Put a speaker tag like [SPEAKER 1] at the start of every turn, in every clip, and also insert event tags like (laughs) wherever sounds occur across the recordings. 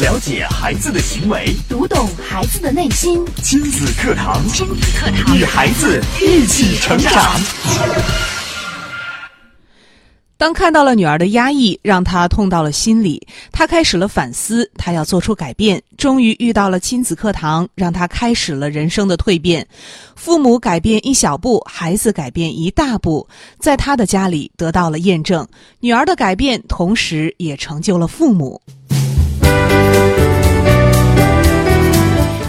[SPEAKER 1] 了解孩子的行为，
[SPEAKER 2] 读懂孩子的内心，
[SPEAKER 1] 亲子课堂，
[SPEAKER 2] 亲子课堂
[SPEAKER 1] 与孩子一起成长。
[SPEAKER 3] 当看到了女儿的压抑，让她痛到了心里，她开始了反思，她要做出改变。终于遇到了亲子课堂，让她开始了人生的蜕变。父母改变一小步，孩子改变一大步，在她的家里得到了验证。女儿的改变，同时也成就了父母。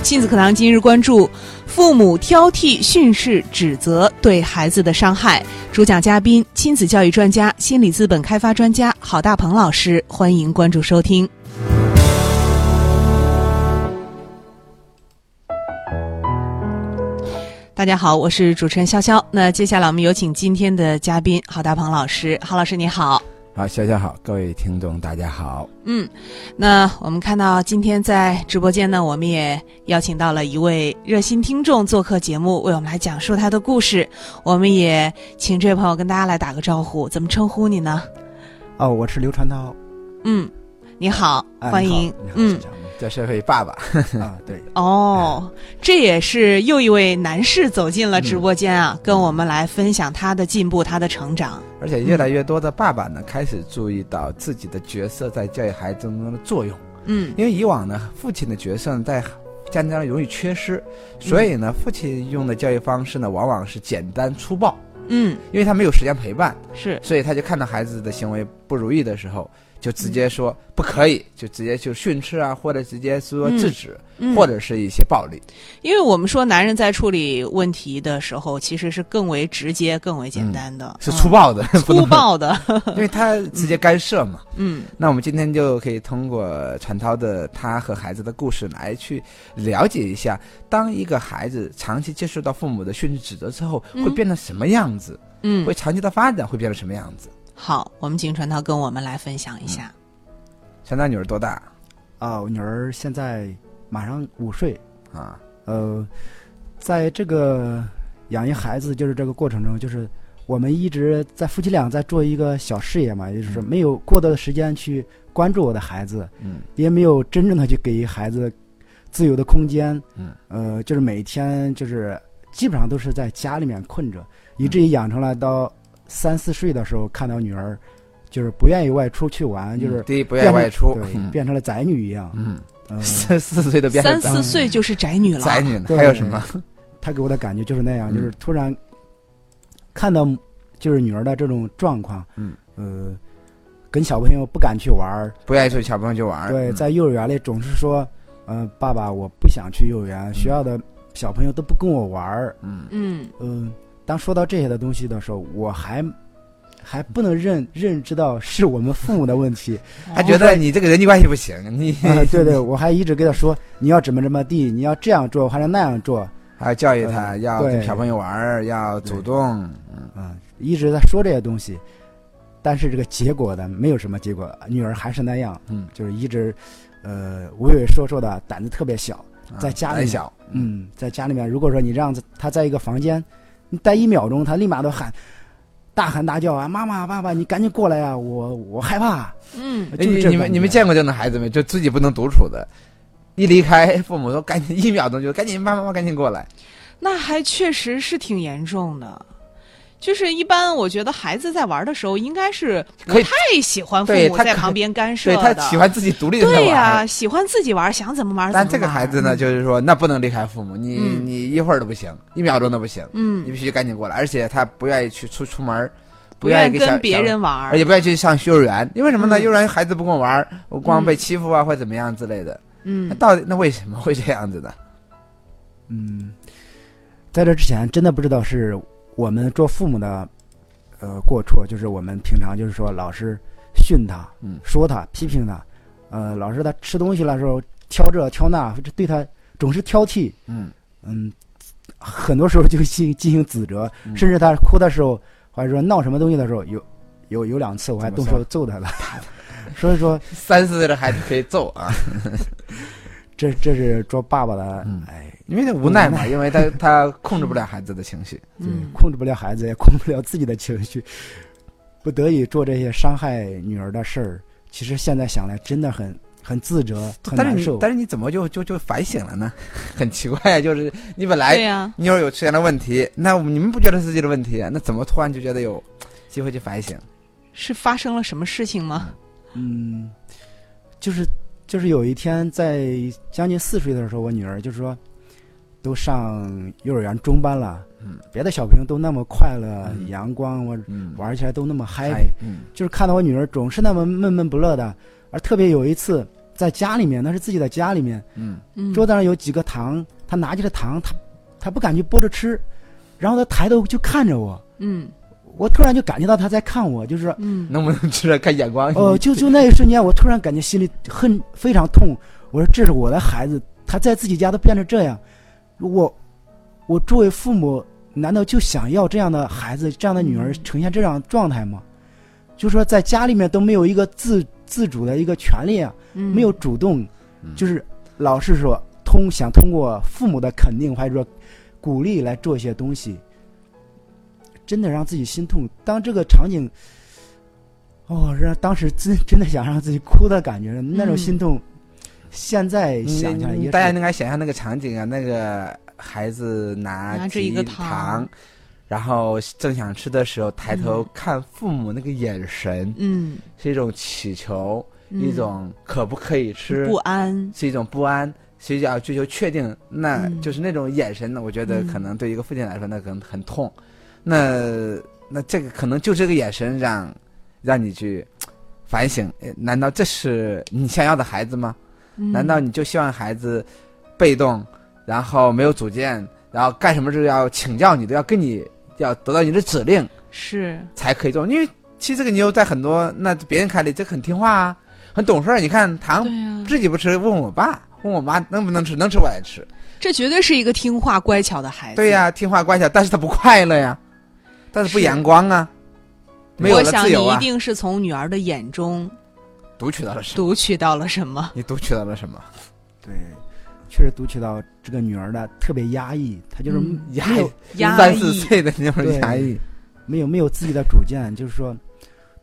[SPEAKER 3] 亲子课堂今日关注：父母挑剔、训斥、指责对孩子的伤害。主讲嘉宾：亲子教育专家、心理资本开发专家郝大鹏老师。欢迎关注收听。大家好，我是主持人潇潇。那接下来我们有请今天的嘉宾郝大鹏老师。郝老师，你好。
[SPEAKER 4] 好，小小好，各位听众大家好。
[SPEAKER 3] 嗯，那我们看到今天在直播间呢，我们也邀请到了一位热心听众做客节目，为我们来讲述他的故事。我们也请这位朋友跟大家来打个招呼，怎么称呼你呢？
[SPEAKER 5] 哦，我是刘传涛，
[SPEAKER 3] 嗯，你好，
[SPEAKER 5] 啊
[SPEAKER 3] 欢迎。
[SPEAKER 4] 哎你好，
[SPEAKER 3] 嗯
[SPEAKER 4] 小，强这是位爸爸，
[SPEAKER 5] 啊，对，
[SPEAKER 3] 哦，这也是又一位男士走进了直播间
[SPEAKER 4] 嗯
[SPEAKER 3] 啊，跟我们来分享他的进步，他的成长。
[SPEAKER 4] (laughs) 而且越来越多的爸爸呢，开始注意到自己的角色在教育孩子中的作用。
[SPEAKER 3] 嗯
[SPEAKER 4] 因为以往呢，父亲的角色呢在家庭当中容易缺失，所以呢，父亲用的教育方式呢，往往是简单粗暴，
[SPEAKER 3] 嗯，
[SPEAKER 4] 因为他没有时间陪伴，
[SPEAKER 3] 是
[SPEAKER 4] 所以他就看到孩子的行为不如意的时候，就直
[SPEAKER 3] 嗯
[SPEAKER 4] 接说不可以，就直接就训斥啊，或者直接说制止，
[SPEAKER 3] 嗯
[SPEAKER 4] 或者是一些暴力。
[SPEAKER 3] 因为我们说男人在处理问题的时候，其实是更为直接、更为简单的，
[SPEAKER 4] 是
[SPEAKER 3] 嗯
[SPEAKER 4] 粗暴
[SPEAKER 3] (laughs)
[SPEAKER 4] 的， (laughs) 不
[SPEAKER 3] 粗
[SPEAKER 4] 能，
[SPEAKER 3] 暴的。
[SPEAKER 4] 因为他直接干涉嘛。
[SPEAKER 3] 嗯
[SPEAKER 4] 那我们今天就可以通过传涛的他和孩子的故事来去了解一下，当一个孩子长期接受到父母的训斥指责之后，
[SPEAKER 3] 嗯
[SPEAKER 4] 会变成什么样子？
[SPEAKER 3] 嗯
[SPEAKER 4] 会，长期的发展会变成什么样子？
[SPEAKER 3] 好，我们请传涛跟我们来分享一
[SPEAKER 4] 嗯
[SPEAKER 3] 下。
[SPEAKER 4] 传涛女儿多大
[SPEAKER 5] 啊，我女儿现在马上五岁，
[SPEAKER 4] 啊？
[SPEAKER 5] 呃，在这个养育孩子就是这个过程中，就是我们一直在夫妻俩在做一个小事业嘛，也就是
[SPEAKER 4] 嗯
[SPEAKER 5] 没有过多的时间去关注我的孩子，
[SPEAKER 4] 嗯
[SPEAKER 5] 也没有真正的去给孩子自由的空间，
[SPEAKER 4] 嗯，
[SPEAKER 5] 呃，就是每天就是基本上都是在家里面困着，以
[SPEAKER 4] 嗯
[SPEAKER 5] 至于养成了到三四岁的时候，看到女儿就是不愿意外出去玩，就是
[SPEAKER 4] 嗯第一不愿意外出，
[SPEAKER 5] 对，
[SPEAKER 4] 哦嗯
[SPEAKER 5] 变成了宅女一样。
[SPEAKER 4] 嗯，
[SPEAKER 5] 嗯，
[SPEAKER 4] 四四岁都变成
[SPEAKER 3] 三四岁就是宅女了，
[SPEAKER 4] 宅女了，
[SPEAKER 5] 对
[SPEAKER 4] 还有什么？
[SPEAKER 5] 她给我的感觉就是那样，
[SPEAKER 4] 嗯
[SPEAKER 5] 就是突然看到就是女儿的这种状况，
[SPEAKER 4] 嗯，
[SPEAKER 5] 呃，跟小朋友不敢去玩儿，
[SPEAKER 4] 不愿意出去，小朋友就玩儿。
[SPEAKER 5] 对，
[SPEAKER 4] 嗯
[SPEAKER 5] 在幼儿园里总是说，呃，爸爸，我不想去幼儿园，学校的小朋友都不跟我玩儿，
[SPEAKER 4] 嗯
[SPEAKER 3] 嗯
[SPEAKER 5] 嗯，当说到这些的东西的时候，我还还不能认认知到是我们父母的
[SPEAKER 4] (laughs)
[SPEAKER 5] 问题，
[SPEAKER 4] 他觉得你这个人际关系不行，你
[SPEAKER 5] 啊、对对，我还一直跟他说你要怎么怎么地，你要这样做还是那样做，
[SPEAKER 4] 还要教育他，
[SPEAKER 5] 嗯
[SPEAKER 4] 要
[SPEAKER 5] 对
[SPEAKER 4] 跟小朋友玩儿，要主动。嗯
[SPEAKER 5] 啊、一直在说这些东西，但是这个结果呢，没有什么结果，女儿还是那样，
[SPEAKER 4] 嗯，
[SPEAKER 5] 就是一直，呃，畏畏缩缩的，胆子特别小，
[SPEAKER 4] 啊
[SPEAKER 5] 在家里
[SPEAKER 4] 胆小，
[SPEAKER 5] 嗯，在家里面，如果说你让她在一个房间，你待一秒钟，她立马都喊，大喊大叫啊，妈妈爸爸，你赶紧过来呀、啊我我害怕，
[SPEAKER 3] 嗯
[SPEAKER 5] 就
[SPEAKER 4] 哎
[SPEAKER 5] 是
[SPEAKER 4] 你
[SPEAKER 5] 这
[SPEAKER 4] 你
[SPEAKER 5] 感
[SPEAKER 4] 们
[SPEAKER 5] 觉
[SPEAKER 4] 你们见过这种孩子没？就自己不能独处的，一离开父母说赶紧一秒钟就赶紧妈妈妈赶紧过来，
[SPEAKER 3] 那还确实是挺严重的。就是一般，我觉得孩子在玩的时候，应该是不
[SPEAKER 4] 可以
[SPEAKER 3] 太喜欢父
[SPEAKER 4] 对
[SPEAKER 3] 母
[SPEAKER 4] 他
[SPEAKER 3] 在
[SPEAKER 4] 可
[SPEAKER 3] 旁边干涉
[SPEAKER 4] 对
[SPEAKER 3] 的。
[SPEAKER 4] 他喜欢自己独立的
[SPEAKER 3] 对
[SPEAKER 4] 玩
[SPEAKER 3] 呀、
[SPEAKER 4] 儿。
[SPEAKER 3] 喜欢自己玩，想怎么玩怎么玩。
[SPEAKER 4] 但这个孩子呢，就是说那不能离开父母，你
[SPEAKER 3] 嗯
[SPEAKER 4] 你一会儿都不行，一秒钟都不行，
[SPEAKER 3] 嗯
[SPEAKER 4] 你，必须赶紧过来。而且他不愿意去出出门儿，
[SPEAKER 3] 不
[SPEAKER 4] 愿
[SPEAKER 3] 愿
[SPEAKER 4] 意
[SPEAKER 3] 意
[SPEAKER 4] 给小
[SPEAKER 3] 跟别，人玩
[SPEAKER 4] 小
[SPEAKER 3] 儿，
[SPEAKER 4] 呃而且不愿意去上幼儿园，因为什么呢？
[SPEAKER 3] 嗯
[SPEAKER 4] 幼儿园孩子不跟我玩儿，我光
[SPEAKER 3] 嗯
[SPEAKER 4] 被欺负啊，或者怎么样之类的。那
[SPEAKER 3] 嗯
[SPEAKER 4] 到底那为什么会这样子呢？
[SPEAKER 5] 嗯，在这之前真的不知道是我们做父母的，呃，过错，就是我们平常就是说老是训他，
[SPEAKER 4] 嗯
[SPEAKER 5] 说他，批评他，呃，老是他吃东西的时候挑这挑那，这对他总是挑剔，
[SPEAKER 4] 嗯，
[SPEAKER 5] 嗯，很多时候就进进行指责，
[SPEAKER 4] 嗯
[SPEAKER 5] 甚至他哭的时候，或者说闹什么东西的时候，有有有两次我还动
[SPEAKER 4] 怎么
[SPEAKER 5] 手揍他了， (laughs) 所以说
[SPEAKER 4] 三四岁的孩子可以揍啊，
[SPEAKER 3] (laughs)
[SPEAKER 5] 这这是做爸爸的，
[SPEAKER 4] 嗯
[SPEAKER 5] 哎，
[SPEAKER 4] 因为他无奈嘛，因为他他控制不了孩子的
[SPEAKER 3] (laughs)
[SPEAKER 4] 情绪。
[SPEAKER 5] 对
[SPEAKER 3] 嗯，
[SPEAKER 5] 控制不了孩子，也控制不了自己的情绪，不得已做这些伤害女儿的事儿。其实现在想来，真的很很自责，很
[SPEAKER 4] 但是
[SPEAKER 5] 难
[SPEAKER 4] 你
[SPEAKER 5] 受。
[SPEAKER 4] 但是你怎么就就就反省了呢？ (laughs) 很奇怪，啊就是你本来
[SPEAKER 3] 对呀、
[SPEAKER 4] 你要是有出现了问题，那你们不觉得是自己的问题啊？那怎么突然就觉得有机会去反省？
[SPEAKER 3] 是发生了什么事情吗？
[SPEAKER 5] 嗯，就是就是有一天在将近四岁的时候，我女儿就说，都上幼儿园中班了，
[SPEAKER 4] 嗯
[SPEAKER 5] 别的小朋友都那么快乐、
[SPEAKER 4] 嗯
[SPEAKER 5] 阳光，我
[SPEAKER 4] 嗯，
[SPEAKER 5] 玩起来都那么 happy，、
[SPEAKER 4] 嗨，嗯
[SPEAKER 5] 就是看到我女儿总是那么闷闷不乐的，而特别有一次在家里面，那是自己的家里面，
[SPEAKER 4] 嗯
[SPEAKER 3] 嗯
[SPEAKER 5] 桌子上有几个糖，她拿起了糖，她她不敢去剥着吃，然后她抬头就看着我，
[SPEAKER 3] 嗯
[SPEAKER 5] 我突然就感觉到她在看我，就是
[SPEAKER 3] 嗯，
[SPEAKER 4] 能不能吃着看眼光？
[SPEAKER 5] 哦，就就那一瞬间，我突然感觉心里恨非常痛。我说这是我的孩子，他在自己家都变成这样，我我作为父母，难道就想要这样的孩子、这样的女儿呈现这样的状态吗？就说在家里面都没有一个自自主的一个权利啊，
[SPEAKER 3] 嗯
[SPEAKER 5] 没有主动，
[SPEAKER 4] 嗯
[SPEAKER 5] 就是老是说通想通过父母的肯定或者说鼓励来做一些东西，真的让自己心痛。当这个场景，哦，让当时真真的想让自己哭的感觉，那种心
[SPEAKER 4] 嗯
[SPEAKER 5] 痛，现在
[SPEAKER 4] 你
[SPEAKER 5] 想想也
[SPEAKER 4] 你
[SPEAKER 5] 是
[SPEAKER 4] 嗯大家应该想象那个场景啊，那个孩子拿
[SPEAKER 3] 拿着
[SPEAKER 4] 起
[SPEAKER 3] 一个
[SPEAKER 4] 糖，
[SPEAKER 3] 糖
[SPEAKER 4] 然后正想吃的时候，抬头
[SPEAKER 3] 嗯
[SPEAKER 4] 看父母那个眼神，
[SPEAKER 3] 嗯，
[SPEAKER 4] 是一种祈求，
[SPEAKER 3] 嗯
[SPEAKER 4] 一种可不可以吃，
[SPEAKER 3] 不安，
[SPEAKER 4] 是一种不安。所以要追求确定，那
[SPEAKER 3] 嗯
[SPEAKER 4] 就是那种眼神呢。我觉得
[SPEAKER 3] 嗯
[SPEAKER 4] 可能对一个父亲来说，那可能很痛。那那这个可能就这个眼神让让你去嘖反省，诶难道这是你想要的孩子吗？
[SPEAKER 3] 嗯
[SPEAKER 4] 难道你就希望孩子被动，然后没有主见，然后干什么就要请教你，都要跟你要得到你的指令
[SPEAKER 3] 是
[SPEAKER 4] 才可以做？因为其实这个妞在很多那别人看来，这个很听话啊，很懂事儿。你看糖
[SPEAKER 3] 对呀、
[SPEAKER 4] 自己不吃，问我爸，问我妈能不能吃，能吃我也吃。
[SPEAKER 3] 这绝对是一个听话乖巧的孩子。
[SPEAKER 4] 对呀、听话乖巧，但是他不快乐呀，但是不
[SPEAKER 3] 是
[SPEAKER 4] 阳光啊，没有
[SPEAKER 3] 我
[SPEAKER 4] 了
[SPEAKER 3] 想
[SPEAKER 4] 自由
[SPEAKER 3] 你一
[SPEAKER 4] 啊，
[SPEAKER 3] 定是从女儿的眼中
[SPEAKER 4] 读取到了什么？
[SPEAKER 3] 读取到了什么。
[SPEAKER 4] 你读取到了什么？
[SPEAKER 5] 对，确实读取到这个女儿的特别压抑，她就是
[SPEAKER 3] 嗯
[SPEAKER 4] 压
[SPEAKER 5] 没有
[SPEAKER 4] 抑，
[SPEAKER 3] 压
[SPEAKER 4] 三
[SPEAKER 3] 抑嗯
[SPEAKER 4] 四岁的那种
[SPEAKER 5] 对
[SPEAKER 4] 压抑，
[SPEAKER 5] 没有没有自己的主见，就是说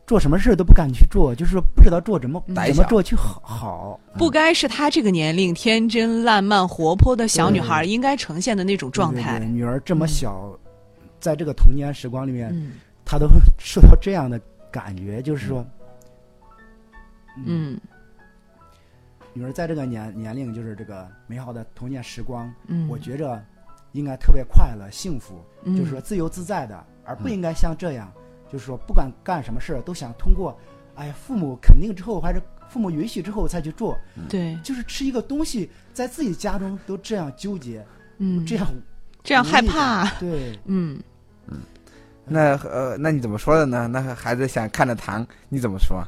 [SPEAKER 5] 做什么事都不敢去做，就是说不知道做怎么
[SPEAKER 3] 嗯
[SPEAKER 4] 胆
[SPEAKER 5] 怎
[SPEAKER 4] 小
[SPEAKER 5] 么做去好好。
[SPEAKER 3] 不该是她这个年龄天真烂漫、活泼的小女
[SPEAKER 5] 对
[SPEAKER 3] 孩应该呈现的那种状态。
[SPEAKER 5] 对对对女儿这么
[SPEAKER 3] 嗯
[SPEAKER 5] 小，在这个童年时光里面，
[SPEAKER 3] 嗯
[SPEAKER 5] (laughs) 她都受到这样的感觉，就是说，，
[SPEAKER 3] 嗯
[SPEAKER 5] 女儿在这个年年龄，就是这个美好的童年时光，
[SPEAKER 3] 嗯，
[SPEAKER 5] 我觉着应该特别快乐、幸福，
[SPEAKER 3] 嗯
[SPEAKER 5] 就是说自由自在的，而不
[SPEAKER 4] 嗯
[SPEAKER 5] 应该像这样，就是说不管干什么事儿都想通过，哎呀，父母肯定之后还是父母允许之后才去做，
[SPEAKER 3] 对，
[SPEAKER 5] 就是吃一个东西，在自己家中都这样纠结，
[SPEAKER 3] 嗯，
[SPEAKER 5] 这样
[SPEAKER 3] 这样
[SPEAKER 5] 无
[SPEAKER 3] 害
[SPEAKER 5] 力感
[SPEAKER 3] 怕，，
[SPEAKER 5] 对。
[SPEAKER 3] 嗯，
[SPEAKER 4] 那呃，那你怎么说的呢？那孩子想看着糖，你怎么说？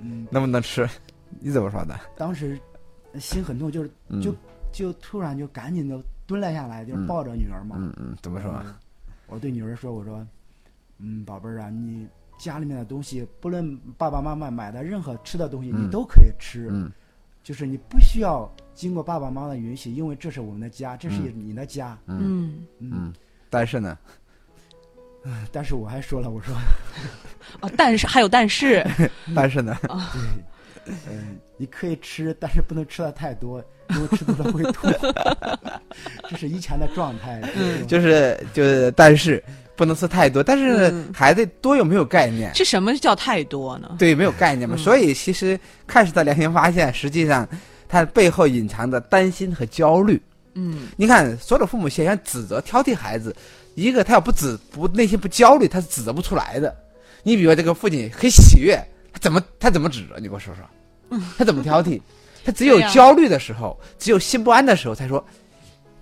[SPEAKER 5] 嗯，
[SPEAKER 4] 能不能吃？你怎么说的？
[SPEAKER 5] 当时心很痛，就是
[SPEAKER 4] 嗯
[SPEAKER 5] 就就突然就赶紧的蹲了下来，就是
[SPEAKER 4] 嗯
[SPEAKER 5] 抱着女儿嘛。
[SPEAKER 4] 嗯嗯，怎么说？
[SPEAKER 5] 嗯我对女儿说：“我说，嗯，宝贝儿啊，你家里面的东西，不论爸爸妈妈买的任何吃的东西，
[SPEAKER 4] 嗯
[SPEAKER 5] 你都可以吃，
[SPEAKER 4] 嗯
[SPEAKER 5] 就是你不需要经过爸爸妈妈的允许，因为这是我们的家，这是
[SPEAKER 4] 嗯
[SPEAKER 5] 你的家。
[SPEAKER 4] 嗯
[SPEAKER 3] 嗯，
[SPEAKER 5] 嗯，
[SPEAKER 4] 嗯，但是呢，
[SPEAKER 5] (laughs) 但是我还说了，我说，
[SPEAKER 3] 哦，但是还有但是，
[SPEAKER 4] 但是呢，
[SPEAKER 5] 对，嗯，你可以吃，但是不能吃的太多，因为吃多了会吐。 (laughs) 这是以前的状
[SPEAKER 4] (laughs)
[SPEAKER 5] 态。
[SPEAKER 3] 嗯
[SPEAKER 5] 就
[SPEAKER 4] 就是就是，但是不能吃太多。但是
[SPEAKER 3] 嗯
[SPEAKER 4] 孩子多有没有概念？
[SPEAKER 3] 这什么叫太多呢？
[SPEAKER 4] 对，没有概念嘛。
[SPEAKER 3] 嗯
[SPEAKER 4] 所以其实看似的良心发现，实际上他背后隐藏着担心和焦虑。
[SPEAKER 3] 嗯
[SPEAKER 4] 你看，所有的父母显然指责、挑剔孩子，一个他要不指不内心不焦虑，他是指责不出来的。你比如说这个父亲很喜悦，他怎么他怎么指责？你给我说说，他怎么挑
[SPEAKER 3] (laughs)
[SPEAKER 4] 剔？他只有
[SPEAKER 3] 嗯对呀
[SPEAKER 4] 焦虑的时候，只有心不安的时候，才说：“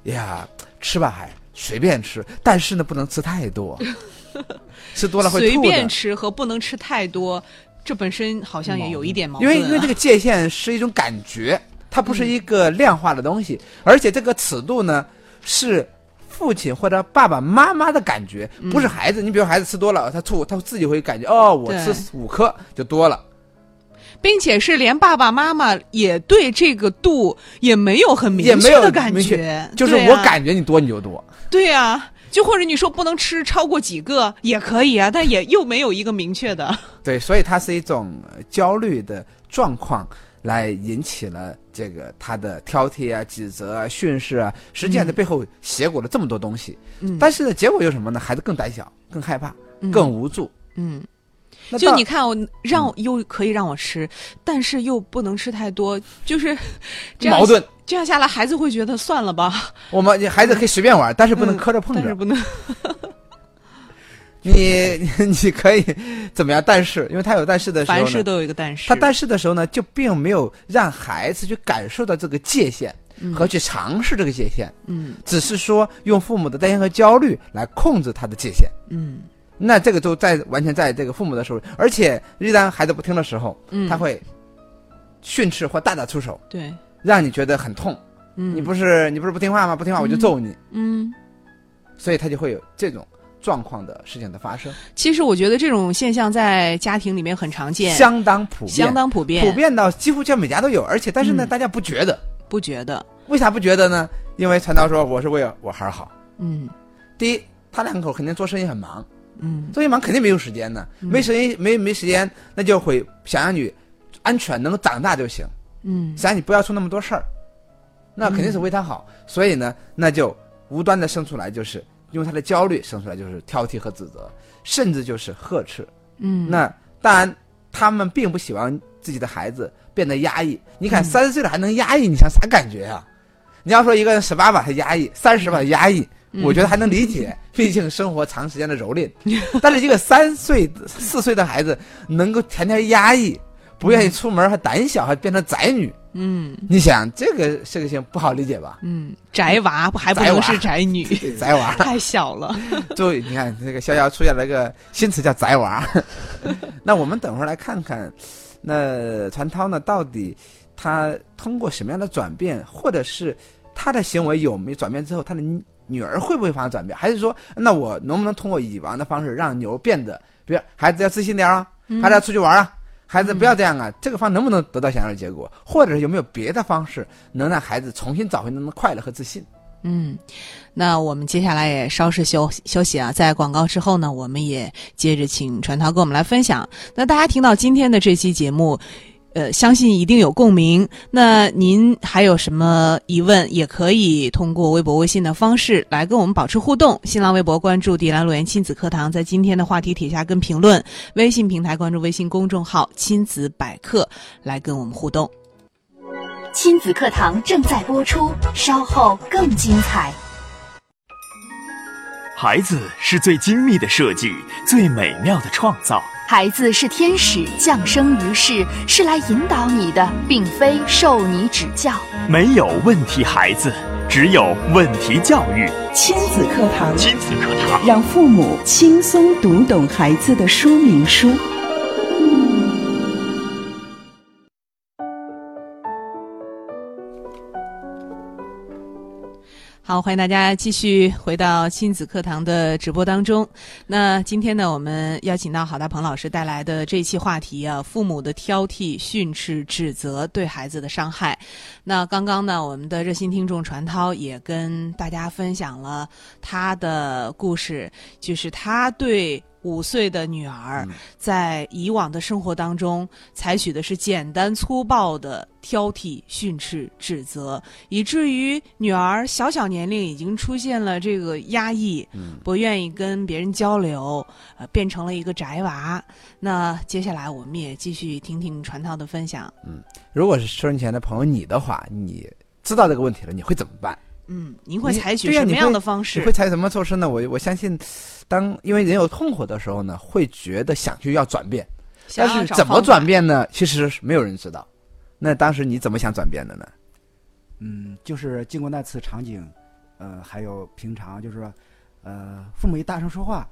[SPEAKER 4] 呀，吃吧，还随便吃，但是呢，不能吃太
[SPEAKER 3] (laughs)
[SPEAKER 4] 多，吃多了会
[SPEAKER 3] 随
[SPEAKER 4] 吐的
[SPEAKER 3] 便。吃和不能吃太多，这本身好像也有一点矛
[SPEAKER 4] 因
[SPEAKER 3] 盾啊、
[SPEAKER 4] 为因为这个界限是一种感觉，它不是一个量化的东西，
[SPEAKER 3] 嗯
[SPEAKER 4] 而且这个尺度呢是父亲或者爸爸妈妈的感觉，
[SPEAKER 3] 嗯
[SPEAKER 4] 不是孩子。你比如孩子吃多了，他吐，他自己会感觉哦，我
[SPEAKER 3] 对
[SPEAKER 4] 吃五颗就多了。
[SPEAKER 3] 并且是连爸爸妈妈也对这个度也没有很明
[SPEAKER 4] 也没
[SPEAKER 3] 确
[SPEAKER 4] 有
[SPEAKER 3] 的感
[SPEAKER 4] 明确
[SPEAKER 3] 觉，
[SPEAKER 4] 就是
[SPEAKER 3] 对
[SPEAKER 4] 我
[SPEAKER 3] 啊
[SPEAKER 4] 感觉你多你就多，
[SPEAKER 3] 对呀、就或者你说不能吃超过几个也可以啊，但也又没有一个明确的，
[SPEAKER 4] 对，所以它是一种呃焦虑的状况。来引起了这个他的挑剔啊、指责啊、训斥啊，实际上在背后结果了这么多东西。
[SPEAKER 3] 嗯，
[SPEAKER 4] 但是呢，结果有什么呢？孩子更胆小、更害怕、
[SPEAKER 3] 嗯
[SPEAKER 4] 更无助。
[SPEAKER 3] 嗯，
[SPEAKER 4] 那
[SPEAKER 3] 就
[SPEAKER 4] 到
[SPEAKER 3] 你看我让又可以让我吃，但是又不能吃太多， (laughs) 就是这样
[SPEAKER 4] 矛盾，
[SPEAKER 3] 这样下来，孩子会觉得算了吧，
[SPEAKER 4] 我们你孩子可以随便玩，但是不能
[SPEAKER 3] 嗯
[SPEAKER 4] 磕着碰
[SPEAKER 3] 但
[SPEAKER 4] 着
[SPEAKER 3] 是。不能
[SPEAKER 4] 你 (laughs) 你可以怎么样？但是因为他有但是的时候
[SPEAKER 3] 凡
[SPEAKER 4] 呢，
[SPEAKER 3] 事都有一个但是。
[SPEAKER 4] 他但是的时候呢，就并没有让孩子去感受到这个界限和去尝试这个界限，
[SPEAKER 3] 嗯
[SPEAKER 4] 只是说用父母的担心和焦虑来控制他的界限。
[SPEAKER 3] 嗯
[SPEAKER 4] 那这个就在完全在这个父母的手里，而且一旦孩子不听的时候，
[SPEAKER 3] 嗯，
[SPEAKER 4] 他会训斥或大打出手，
[SPEAKER 3] 对，
[SPEAKER 4] 让你觉得很痛。
[SPEAKER 3] 嗯，
[SPEAKER 4] 你不是你不是不听话吗？不听话我就揍你，
[SPEAKER 3] 嗯。
[SPEAKER 4] 所以他就会有这种状况的事情的发生，
[SPEAKER 3] 其实我觉得这种现象在家庭里面很常见，
[SPEAKER 4] 相当普遍，
[SPEAKER 3] 相当普遍，
[SPEAKER 4] 普遍到几乎全每家都有，而且但是呢，
[SPEAKER 3] 嗯
[SPEAKER 4] 大家不觉得，
[SPEAKER 3] 不觉得，
[SPEAKER 4] 为啥不觉得呢？因为传道说我是为了我孩儿好。
[SPEAKER 3] 嗯
[SPEAKER 4] 第一，他两口肯定做生意很忙，
[SPEAKER 3] 嗯
[SPEAKER 4] 做生意忙肯定没有时间呢，没时间没没时间，那就会想让你安全能够长大就行，
[SPEAKER 3] 嗯
[SPEAKER 4] 想让你不要出那么多事儿，那肯定是为他好。所以呢，那就无端的生出来就是用他的焦虑生出来就是挑剔和指责，甚至就是呵斥。
[SPEAKER 3] 嗯，
[SPEAKER 4] 那当然，他们并不喜欢自己的孩子变得压抑。你
[SPEAKER 3] 嗯
[SPEAKER 4] 看，三十岁了还能压抑，你想啥感觉呀、你要说一个人十八吧，他压抑；三十吧，他压抑。
[SPEAKER 3] 嗯
[SPEAKER 4] 我觉得还能理
[SPEAKER 3] (laughs)
[SPEAKER 4] 解，毕竟生活长时间的蹂躏。但是一个三岁、四岁的孩子能够天天压抑，不愿意出门，还胆小，还变成宅女，
[SPEAKER 3] 嗯
[SPEAKER 4] 你想这个这个事情不好理解吧？
[SPEAKER 3] 嗯，宅娃不还不能是
[SPEAKER 4] (laughs)
[SPEAKER 3] 宅女，
[SPEAKER 4] 宅娃，
[SPEAKER 3] 太小了，
[SPEAKER 4] 就你看这个逍遥出现了一个新词叫“宅娃”， (laughs) 那我们等会儿来看看，那传涛呢，到底他通过什么样的转变，或者是他的行为有没有转变之后，他的女女儿会不会发生转变，还是说，那我能不能通过以往的方式让牛变得，比如孩子要自信点儿啊，孩子要出去玩儿啊，孩子不要这样啊，这个方能不能得到想要的结果，或者是有没有别的方式能让孩子重新找回那种快乐和自信？
[SPEAKER 3] 嗯，那我们接下来也稍事休休息啊，在广告之后呢，我们也接着请传涛跟我们来分享。那大家听到今天的这期节目。呃，相信一定有共鸣。那您还有什么疑问，也可以通过微博、微信的方式来跟我们保持互动。新浪微博关注“迪兰路言亲子课堂”，在今天的话题底下跟评论；微信平台关注微信公众号“亲子百科”，来跟我们互动。
[SPEAKER 2] 亲子课堂正在播出，稍后更精彩。
[SPEAKER 1] 孩子是最精密的设计，最美妙的创造。
[SPEAKER 2] 孩子是天使降生于世，是来引导你的，并非受你指教。
[SPEAKER 1] 没有问题孩子，只有问题教育。
[SPEAKER 6] 亲子课堂，
[SPEAKER 1] 亲子课堂。
[SPEAKER 6] 让父母轻松读懂孩子的说明书。
[SPEAKER 3] 好，欢迎大家继续回到亲子课堂的直播当中。那今天呢，我们邀请到郝大鹏老师带来的这一期话题啊，父母的挑剔、训斥、指责对孩子的伤害。那刚刚呢，我们的热心听众传涛也跟大家分享了他的故事，就是他对。五岁的女儿在以往的生活当中，采取的是简单粗暴的挑剔、训斥、指责，以至于女儿小小年龄已经出现了这个压抑，不愿意跟别人交流，呃，变成了一个宅娃。那接下来我们也继续听听传涛的分享。
[SPEAKER 4] 如果是收音前的朋友你的话，你知道这个问题了，你会怎么办？
[SPEAKER 3] 嗯，您会
[SPEAKER 4] 你
[SPEAKER 3] 采取
[SPEAKER 4] 对呀
[SPEAKER 3] 什么
[SPEAKER 4] 你
[SPEAKER 3] 样
[SPEAKER 4] 会
[SPEAKER 3] 的方
[SPEAKER 4] 你
[SPEAKER 3] 式
[SPEAKER 4] 会？采取什么措施呢？我我相信，当因为人有痛苦的时候呢，会觉得想去要转变，
[SPEAKER 3] 想
[SPEAKER 4] 但
[SPEAKER 3] 要
[SPEAKER 4] 是
[SPEAKER 3] 找
[SPEAKER 4] 怎么
[SPEAKER 3] 方法
[SPEAKER 4] 转？变呢？其实是没有人知道。那当时你怎么想转变的呢？
[SPEAKER 5] 嗯，就是经过那次场景，呃，还有平常就是说，呃，父母一大声说话，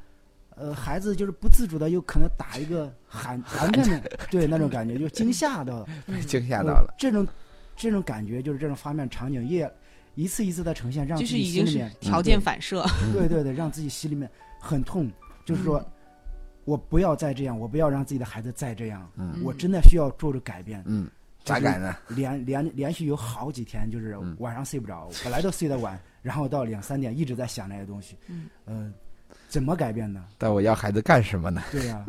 [SPEAKER 5] 呃，孩子就是不自主的有可能打一个 (laughs) 寒寒战的，对那种感觉，就惊吓到了，
[SPEAKER 3] 嗯
[SPEAKER 4] 惊 (laughs) 吓
[SPEAKER 5] 呃
[SPEAKER 4] 到了，
[SPEAKER 5] 这种这种感觉就是这种方面场景越一次一次的呈现，让
[SPEAKER 3] 就
[SPEAKER 5] 自
[SPEAKER 3] 是
[SPEAKER 5] 己
[SPEAKER 3] 已
[SPEAKER 5] 心
[SPEAKER 3] 经
[SPEAKER 5] 里
[SPEAKER 3] 是
[SPEAKER 5] 面，
[SPEAKER 3] 条
[SPEAKER 4] 嗯
[SPEAKER 3] 件反射。
[SPEAKER 5] 对对对，让自己心里面很痛，就是
[SPEAKER 4] 嗯
[SPEAKER 5] 说。我不要再这样，我不要让自己的孩子再这样。
[SPEAKER 4] 嗯
[SPEAKER 5] 我真的需要做出改变。
[SPEAKER 4] 嗯，咋改呢？
[SPEAKER 5] 连连连续有好几天，就是
[SPEAKER 4] 嗯
[SPEAKER 5] 晚上睡不着，本来都睡得晚，然后到两三点一直在想这些东西。
[SPEAKER 3] 嗯
[SPEAKER 5] 呃怎么改变呢？
[SPEAKER 4] 但我要孩子干什么呢？
[SPEAKER 5] 对呀、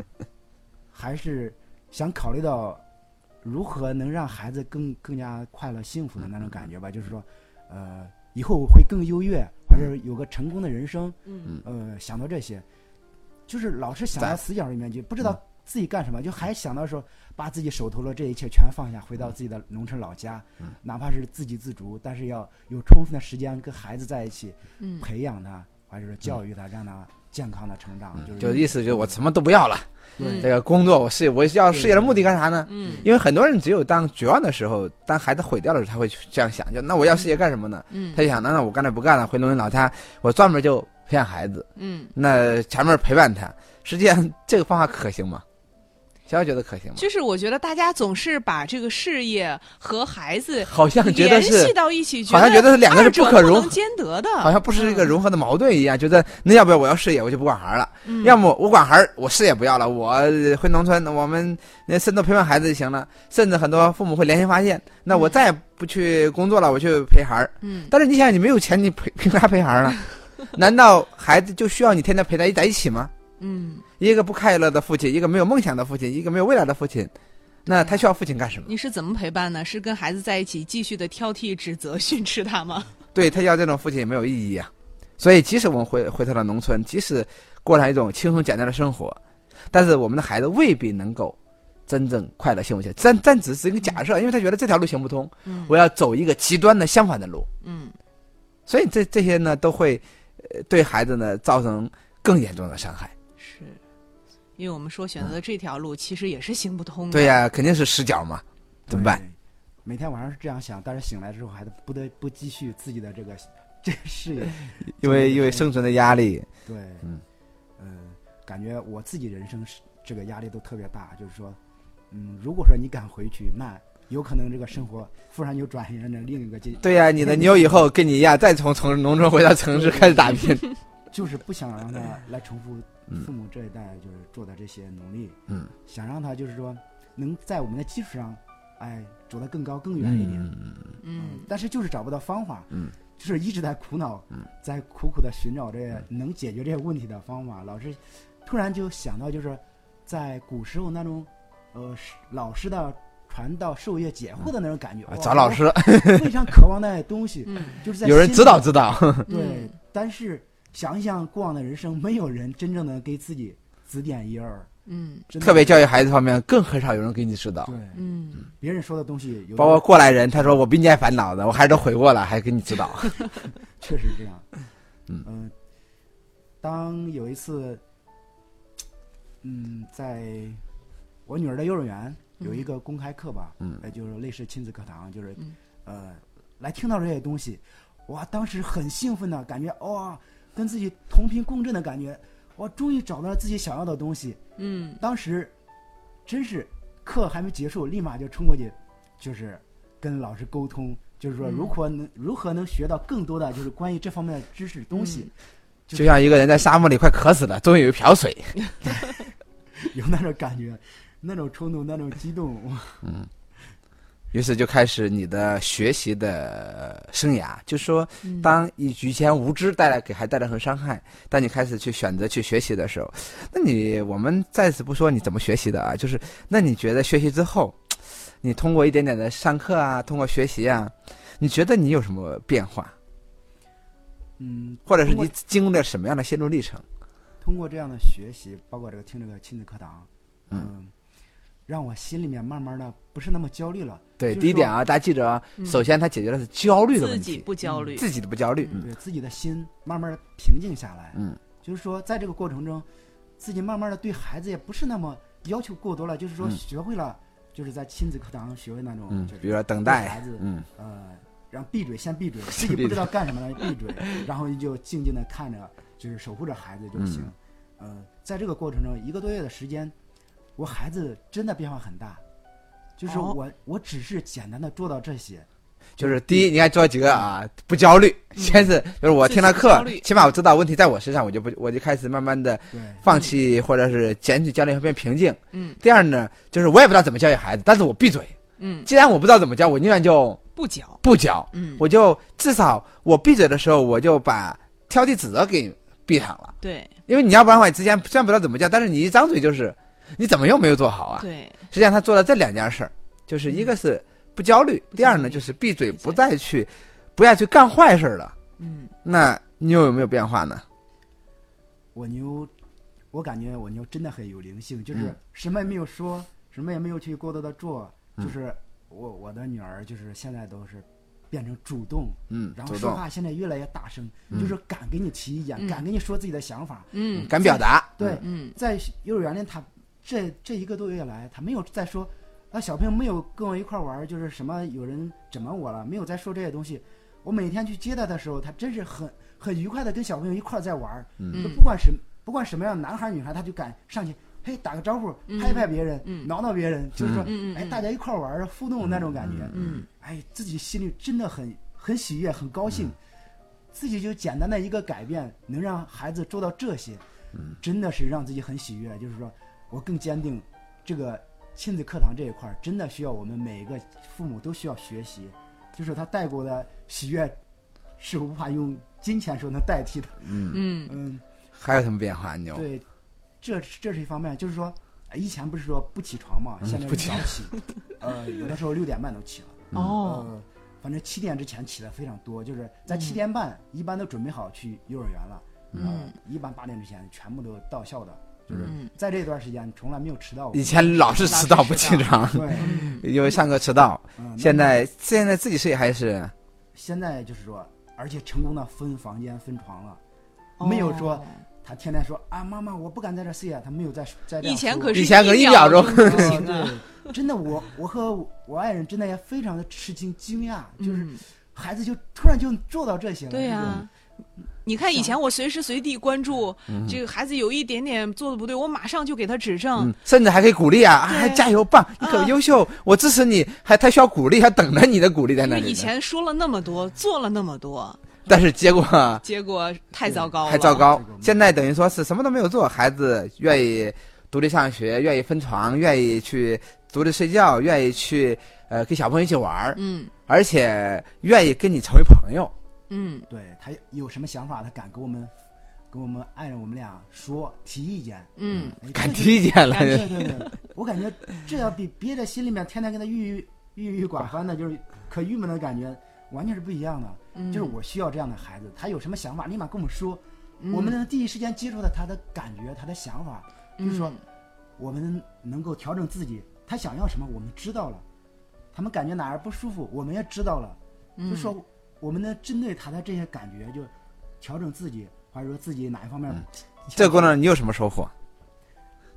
[SPEAKER 5] 还是想考虑到如何能让孩子更更加快乐、幸福的那种感觉吧，就是说，呃，以后会更优越，或者有个成功的人生，
[SPEAKER 3] 嗯
[SPEAKER 5] 呃，想到这些，就是老是想
[SPEAKER 4] 咱
[SPEAKER 5] 到死角里面去，不知道自己干什么，就还想到说把自己手头的这一切全放下，回到自己的农村老家，哪怕是自给自足，但是要有充分的时间跟孩子在一起，
[SPEAKER 3] 嗯
[SPEAKER 5] 培养他，或者是教育他，让他健康的成长，就是
[SPEAKER 4] 就意思就是我什么都不要了，
[SPEAKER 3] 嗯
[SPEAKER 4] 这个工作我是我要事业的目的干啥呢？
[SPEAKER 3] 嗯
[SPEAKER 4] 因为很多人只有当绝望的时候，当孩子毁掉的时候，他会去这样想，就那我要事业干什么呢？
[SPEAKER 3] 嗯
[SPEAKER 4] 他就想，那那我干脆不干了，回农村老家，我专门就培养孩子，
[SPEAKER 3] 嗯，
[SPEAKER 4] 那前面陪伴他。实际上这个方法可行吗？小小觉得可行吗？
[SPEAKER 3] 就是我觉得大家总是把这个事业和孩子
[SPEAKER 4] 好像觉得
[SPEAKER 3] 联
[SPEAKER 4] 是
[SPEAKER 3] 系，到一起，
[SPEAKER 4] 好像觉得是两个是
[SPEAKER 3] 二者
[SPEAKER 4] 不
[SPEAKER 3] 不
[SPEAKER 4] 可融
[SPEAKER 3] 能兼得的，
[SPEAKER 4] 好像不是一个融合的矛盾一样，觉得那要不要我要事业，我就不管孩儿了；
[SPEAKER 3] 嗯
[SPEAKER 4] 要么我管孩儿，我事业不要了，我呃回农村，我们那渗透陪伴孩子就行了。甚至很多父母会良心发现，那我
[SPEAKER 3] 嗯
[SPEAKER 4] 再也不去工作了，我去陪孩儿。
[SPEAKER 3] 嗯
[SPEAKER 4] 但是你想，你没有钱，你陪凭啥陪孩儿呢？
[SPEAKER 3] (laughs)
[SPEAKER 4] 难道孩子就需要你天天陪他在一起吗？
[SPEAKER 3] 嗯，
[SPEAKER 4] 一个不快乐的父亲，一个没有梦想的父亲，一个没有未来的父亲，那他需要父亲干什么？
[SPEAKER 3] 你是怎么陪伴呢？是跟孩子在一起继续的挑剔、指责、训斥他吗？
[SPEAKER 4] 对他要这种父亲也没有意义啊。所以，即使我们回回到了农村，即使过上一种轻松简单的生活，但是我们的孩子未必能够真正快乐幸福起来。但但只是一个假设，因为他觉得这条路行不通，
[SPEAKER 3] 嗯
[SPEAKER 4] 我要走一个极端的相反的路。
[SPEAKER 3] 嗯
[SPEAKER 4] 所以这这些呢，都会呃对孩子呢造成更严重的伤害。
[SPEAKER 3] 是。因为我们说选择的这条路其实也是行不通的，
[SPEAKER 4] 对、呀、肯定是死角嘛，怎么办？
[SPEAKER 5] 对？每天晚上是这样想，但是醒来之后还得不得不继续自己的这个 (laughs) 这个事
[SPEAKER 4] (laughs)
[SPEAKER 5] 业。
[SPEAKER 4] 因为因为生存的压力，
[SPEAKER 5] 对，
[SPEAKER 4] 嗯，
[SPEAKER 5] 呃，感觉我自己人生是这个压力都特别大，就是说，嗯，如果说你敢回去，那有可能这个生活忽然又转型成另一个阶， (laughs)
[SPEAKER 4] 对呀、你的妞以后跟你一样，再从从农村回到城市开始打拼，
[SPEAKER 5] 就是不想让他来重复
[SPEAKER 4] 嗯
[SPEAKER 5] 父母这一代就是做的这些努力，
[SPEAKER 4] 嗯，
[SPEAKER 5] 想让他就是说能在我们的基础上，哎，走得更高更远一点，
[SPEAKER 3] (laughs) 嗯，
[SPEAKER 5] 但是就是找不到方法，
[SPEAKER 4] 嗯，
[SPEAKER 5] 就是一直在苦恼，
[SPEAKER 4] 嗯，
[SPEAKER 5] 在苦苦的寻找这能解决这些问题的方法。老是突然就想到，就是在古时候那种，呃，是老师的传道授业解惑的那种感觉，
[SPEAKER 4] 啊
[SPEAKER 5] 哇
[SPEAKER 4] 找老，师，
[SPEAKER 5] 我非常渴望那些
[SPEAKER 4] (laughs)
[SPEAKER 5] 东西，
[SPEAKER 3] 嗯
[SPEAKER 5] 就是在
[SPEAKER 4] 有人
[SPEAKER 5] 心里
[SPEAKER 4] 指导，指导。
[SPEAKER 5] 对
[SPEAKER 3] 嗯。
[SPEAKER 5] 但是想一想过往的人生，没有人真正的给自己指点一二，
[SPEAKER 3] 嗯
[SPEAKER 5] 真的
[SPEAKER 4] 特别教育孩子方面，更很少有人给你指导。
[SPEAKER 5] 对
[SPEAKER 3] 嗯，
[SPEAKER 5] 别人说的东西，有的
[SPEAKER 4] 包括过来人，他说我比你还烦恼呢，我还是都回过了，还给你指导。
[SPEAKER 5] 确实这样。
[SPEAKER 4] 嗯
[SPEAKER 5] 呃当有一次，嗯，在我女儿的幼儿园有一个公开课吧，
[SPEAKER 4] 嗯
[SPEAKER 5] 呃就是类似亲子课堂，就是、
[SPEAKER 3] 嗯
[SPEAKER 5] 呃，来听到这些东西，哇，当时很兴奋的感觉，哇，跟自己同频共振的感觉，我终于找到了自己想要的东西。
[SPEAKER 3] 嗯
[SPEAKER 5] 当时真是课还没结束，立马就冲过去，就是跟老师沟通，就是说
[SPEAKER 3] 嗯
[SPEAKER 5] 如何能、如何能学到更多的就是关于这方面的知识东西， (laughs) 就
[SPEAKER 4] 就像一个人在沙漠里快渴死了，终于有一瓢水。
[SPEAKER 5] (laughs) 有那种感觉，那种冲动，那种激动， (laughs) 哇
[SPEAKER 4] 于是就开始你的学习的生涯，就说
[SPEAKER 3] 嗯
[SPEAKER 4] 当以以前无知带来给孩子带来很伤害，当你开始去选择去学习的时候，那你我们暂时不说你怎么学习的啊，就是那你觉得学习之后，你通过一点点的上课啊，通过学习啊，你觉得你有什么变化，
[SPEAKER 5] 嗯，
[SPEAKER 4] 或者是
[SPEAKER 5] 通过
[SPEAKER 4] 你经历了什么样的心路历程？
[SPEAKER 5] 通过这样的学习，包括这个听这个亲子课堂，
[SPEAKER 4] 嗯
[SPEAKER 5] 让我心里面慢慢的不是那么焦虑了，
[SPEAKER 4] 对，
[SPEAKER 5] 就是
[SPEAKER 4] 第一点啊，大家记着啊，首先它解决的是焦虑的
[SPEAKER 3] 嗯自
[SPEAKER 4] 问
[SPEAKER 3] 己
[SPEAKER 4] 题，
[SPEAKER 3] 不焦虑，
[SPEAKER 4] 自己的不焦虑，嗯
[SPEAKER 5] 对自己的心慢慢的平静下来，
[SPEAKER 4] 嗯，
[SPEAKER 5] 就是说在这个过程中，自己慢慢的对孩子也不是那么要求过多了，就是说
[SPEAKER 4] 嗯
[SPEAKER 5] 学会了，就是在亲子课堂学会那种，
[SPEAKER 4] 嗯
[SPEAKER 5] 就，
[SPEAKER 4] 比
[SPEAKER 5] 是
[SPEAKER 4] 如说等
[SPEAKER 5] 对
[SPEAKER 4] 待
[SPEAKER 5] 孩子，
[SPEAKER 4] 嗯，
[SPEAKER 5] 呃，让闭嘴先
[SPEAKER 4] (laughs)
[SPEAKER 5] 闭嘴，自己不知道干什么了闭嘴，然后你就静静的看着，就是守护着孩子就行。
[SPEAKER 4] 嗯
[SPEAKER 5] 呃，在这个过程中一个多月的时间，我孩子真的变化很大，就是
[SPEAKER 3] 哦
[SPEAKER 5] 我、我只是简单的做到这些，
[SPEAKER 4] 就是第一，你看做几个啊，不焦虑，先是就是我听了
[SPEAKER 3] 嗯自己不焦
[SPEAKER 4] 课
[SPEAKER 3] 虑，
[SPEAKER 4] 起码我知道问题在我身上，我就不我就开始慢慢的
[SPEAKER 5] 对。
[SPEAKER 4] 放弃或者是减取焦虑和变平静。
[SPEAKER 3] 嗯
[SPEAKER 4] 第二呢，就是我也不知道怎么教育孩子，但是我闭嘴，
[SPEAKER 3] 嗯，
[SPEAKER 4] 既然我不知道怎么教，我宁愿就
[SPEAKER 3] 不教，
[SPEAKER 4] 不教，
[SPEAKER 3] 嗯，
[SPEAKER 4] 我就至少我闭嘴的时候，我就把挑剔指责给闭上了。
[SPEAKER 3] 对
[SPEAKER 4] 因为你要不然的话，之前虽然不知道怎么教，但是你一张嘴就是，你怎么又没有做好啊？
[SPEAKER 3] 对，嗯
[SPEAKER 4] 实际上他做了这两件事儿，就是一个是不焦虑，第二呢就是闭嘴，不再去，不要去干坏事了。
[SPEAKER 3] 嗯，
[SPEAKER 4] 那妞有没有变化呢？
[SPEAKER 5] 我妞，我感觉我妞真的很有灵性，就
[SPEAKER 4] 嗯
[SPEAKER 5] 是什么也没有说，什么也没有去过多的做，
[SPEAKER 4] 嗯
[SPEAKER 5] 就是我我的女儿就是现在都是变成主动，
[SPEAKER 4] 嗯，
[SPEAKER 5] 然后
[SPEAKER 4] 主
[SPEAKER 5] 说
[SPEAKER 4] 动，
[SPEAKER 5] 话现在越来越大声，
[SPEAKER 4] 嗯
[SPEAKER 5] 就是敢给你提意见，
[SPEAKER 3] 嗯
[SPEAKER 5] 敢跟你说自己的想法。
[SPEAKER 3] 嗯
[SPEAKER 4] 敢表达。
[SPEAKER 5] 对，
[SPEAKER 3] 嗯
[SPEAKER 5] 在幼儿园里，他这这一个多月来，他没有再说啊，小朋友没有跟我一块儿玩儿，就是什么有人怎么我了，没有再说这些东西。我每天去接他的时候，他真是很很愉快的跟小朋友一块儿在玩儿，就
[SPEAKER 3] 嗯
[SPEAKER 5] 不管什不管什么样的男孩儿女孩儿，他就敢上去，嘿，打个招呼，拍拍别人，
[SPEAKER 3] 嗯
[SPEAKER 5] 挠挠别人，就是说，
[SPEAKER 3] 嗯嗯
[SPEAKER 5] 哎，大家一块儿玩儿，互动那种感觉，
[SPEAKER 3] 嗯
[SPEAKER 5] 哎，自己心里真的很很喜悦，很高兴，自己就简单的一个改变，能让孩子做到这些，嗯真的是让自己很喜悦。就是说我更坚定，这个亲子课堂这一块儿真的需要我们每一个父母都需要学习，就是他带给我的喜悦是无法用金钱所能代替的。
[SPEAKER 3] 嗯
[SPEAKER 5] 嗯，
[SPEAKER 4] 还有什么变化？妞
[SPEAKER 5] 对，这这是一方面，就是说哎以前不是说不起床嘛，现在
[SPEAKER 4] 不
[SPEAKER 5] 是
[SPEAKER 4] 起
[SPEAKER 5] 早起，呃，有的时候六点半都起了。
[SPEAKER 3] 哦
[SPEAKER 5] 呃，反正七点之前起的非常多，就是在七点半、一般都准备好去幼儿园了，
[SPEAKER 3] 嗯
[SPEAKER 5] 呃，一般八点之前全部都到校的，就是
[SPEAKER 3] 嗯
[SPEAKER 5] 在这段时间从来没有迟到过
[SPEAKER 4] 以。前老是迟到
[SPEAKER 3] 老
[SPEAKER 4] 不
[SPEAKER 3] 是迟
[SPEAKER 4] 起
[SPEAKER 3] 到啊
[SPEAKER 4] 床，(laughs)
[SPEAKER 5] 对，
[SPEAKER 4] 因为上课迟到。
[SPEAKER 5] 嗯，
[SPEAKER 4] 现
[SPEAKER 5] 那
[SPEAKER 4] 在现在自己睡还是
[SPEAKER 5] 现在就是说，而且成功的分房间分床了，没有说
[SPEAKER 3] 哦
[SPEAKER 5] 他天天说啊妈妈我不敢在这儿睡啊，他没有在在这样
[SPEAKER 3] 以前
[SPEAKER 5] 说
[SPEAKER 3] 可是
[SPEAKER 4] 以前可是一秒钟
[SPEAKER 3] 都不
[SPEAKER 5] 呃
[SPEAKER 3] 行啊，
[SPEAKER 5] 对，真的我我和我爱人真的也非常的吃惊惊讶，就是
[SPEAKER 3] 嗯
[SPEAKER 5] 孩子就突然就做到这些了，
[SPEAKER 3] 对呀、
[SPEAKER 5] 呀。
[SPEAKER 3] 你看，以前我随时随地关注这个孩子有一点点做的不对，我马上就给他指正。
[SPEAKER 4] 嗯，甚至还可以鼓励啊，
[SPEAKER 3] 对
[SPEAKER 4] 啊，加油，棒，你可优秀，我支持你，还他需要鼓励，还等着你的鼓励在
[SPEAKER 3] 因
[SPEAKER 4] 那
[SPEAKER 3] 为
[SPEAKER 4] 里呢。
[SPEAKER 3] 以前说了那么多，做了那么多，
[SPEAKER 4] 但是结果
[SPEAKER 3] 结果太糟糕了，
[SPEAKER 4] 还糟。糕
[SPEAKER 5] 这个我，们
[SPEAKER 4] 现在等于说是什么都没有做，孩子愿意独立上学，愿意分床，愿意去独立睡觉，愿意去呃跟小朋友一起玩儿，
[SPEAKER 3] 嗯
[SPEAKER 4] 而且愿意跟你成为朋友。
[SPEAKER 3] 嗯
[SPEAKER 5] 对他有什么想法，他敢跟我们，跟我们爱人我们俩说提意见，
[SPEAKER 3] 嗯，
[SPEAKER 5] 哎
[SPEAKER 4] (laughs) 敢
[SPEAKER 5] 这
[SPEAKER 4] 提意见了
[SPEAKER 5] 个，对对对，我感觉这要比憋在心里面天天跟他郁郁郁郁寡欢的，就是可郁闷的感觉，完全是不一样的。
[SPEAKER 4] 嗯
[SPEAKER 5] 就是我需要这样的孩子，他有什么想法立马跟我们说，
[SPEAKER 4] 嗯
[SPEAKER 5] 我们能第一时间接触到他的感觉，他的想法，就是
[SPEAKER 4] 嗯
[SPEAKER 5] 说我们能够调整自己，他想要什么我们知道了，他们感觉哪儿不舒服我们也知道了，
[SPEAKER 4] 嗯
[SPEAKER 5] 就说我们能针对他的这些感觉就调整自己，或者说自己哪一方面。
[SPEAKER 4] 嗯这个过程中你有什么收获？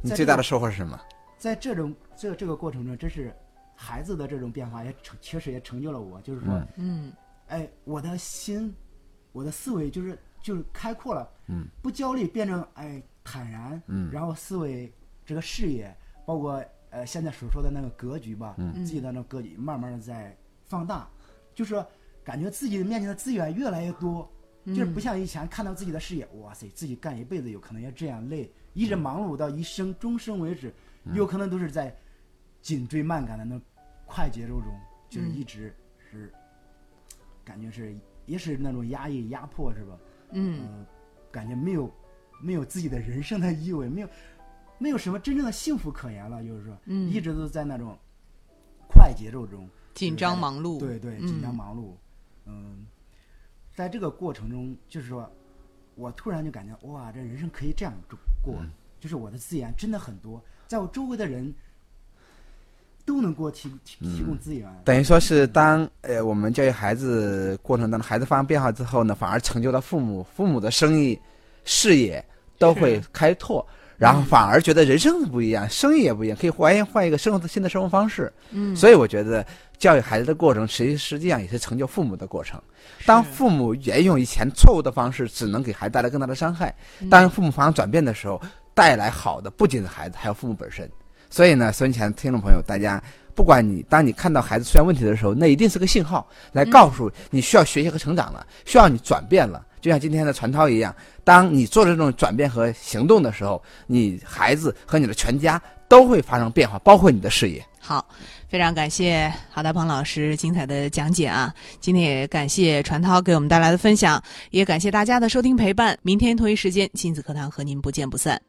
[SPEAKER 4] 你
[SPEAKER 5] 在
[SPEAKER 4] 最
[SPEAKER 5] 这
[SPEAKER 4] 大
[SPEAKER 5] 个
[SPEAKER 4] 的收获是什么？
[SPEAKER 5] 在这种这这个过程中，真是孩子的这种变化也成，确实也成就了我。就是说，
[SPEAKER 4] 嗯
[SPEAKER 3] 嗯
[SPEAKER 5] 哎，我的心，我的思维就是就是开阔了，嗯，不焦虑，变成哎坦然，嗯，然后思维这个视野，包括呃现在所说的那个格局吧，嗯，自己的那种格局慢慢的在放大，就是说感觉自己面前的资源越来越多。就是不像以前看到自己的视野，哇塞，自己干一辈子有可能要这样累，一直忙碌到一生终生为止，有可能都是在紧追慢赶的那种快节奏中，就是一直是感觉是也是那种压抑、压迫，是吧？
[SPEAKER 3] 嗯
[SPEAKER 5] 呃，感觉没有没有自己的人生的意味，没有没有什么真正的幸福可言了，就是说，
[SPEAKER 3] 嗯
[SPEAKER 5] 一直都在那种快节奏中，
[SPEAKER 3] 紧张忙碌，
[SPEAKER 5] 对对，紧张忙碌，嗯，在这个过程中，就是说我突然就感觉哇，这人生可以这样过，
[SPEAKER 3] 嗯
[SPEAKER 5] 就是我的资源真的很多，在我周围的人都能给我提提提
[SPEAKER 3] 嗯
[SPEAKER 5] 供资源，
[SPEAKER 4] 等于说是当呃我们教育孩子过程当中，孩子发生变化之后呢，反而成就了父母，父母的生意视野都会开拓，然
[SPEAKER 3] 嗯
[SPEAKER 4] 后反而觉得人生不一样，生意也不一样，可以完全换一个生活的新的生活方式。
[SPEAKER 3] 嗯，
[SPEAKER 4] 所以我觉得教育孩子的过程，实际实际上也是成就父母的过程。当
[SPEAKER 3] 是
[SPEAKER 4] 父母沿用以前错误的方式，只能给孩子带来更大的伤害。
[SPEAKER 3] 嗯
[SPEAKER 4] 当父母发生转变的时候，带来好的不仅是孩子，还有父母本身。所以呢，收音前听众朋友，大家不管你当你看到孩子出现问题的时候，那一定是个信号，来告诉你需要学习和成长了，需要你转变了。就像今天的传涛一样，当你做这种转变和行动的时候，你孩子和你的全家都会发生变化，包括你的事业。
[SPEAKER 3] 好，非常感谢郝大鹏老师精彩的讲解啊！今天也感谢传涛给我们带来的分享，也感谢大家的收听陪伴。明天同一时间，亲子课堂和您不见不散。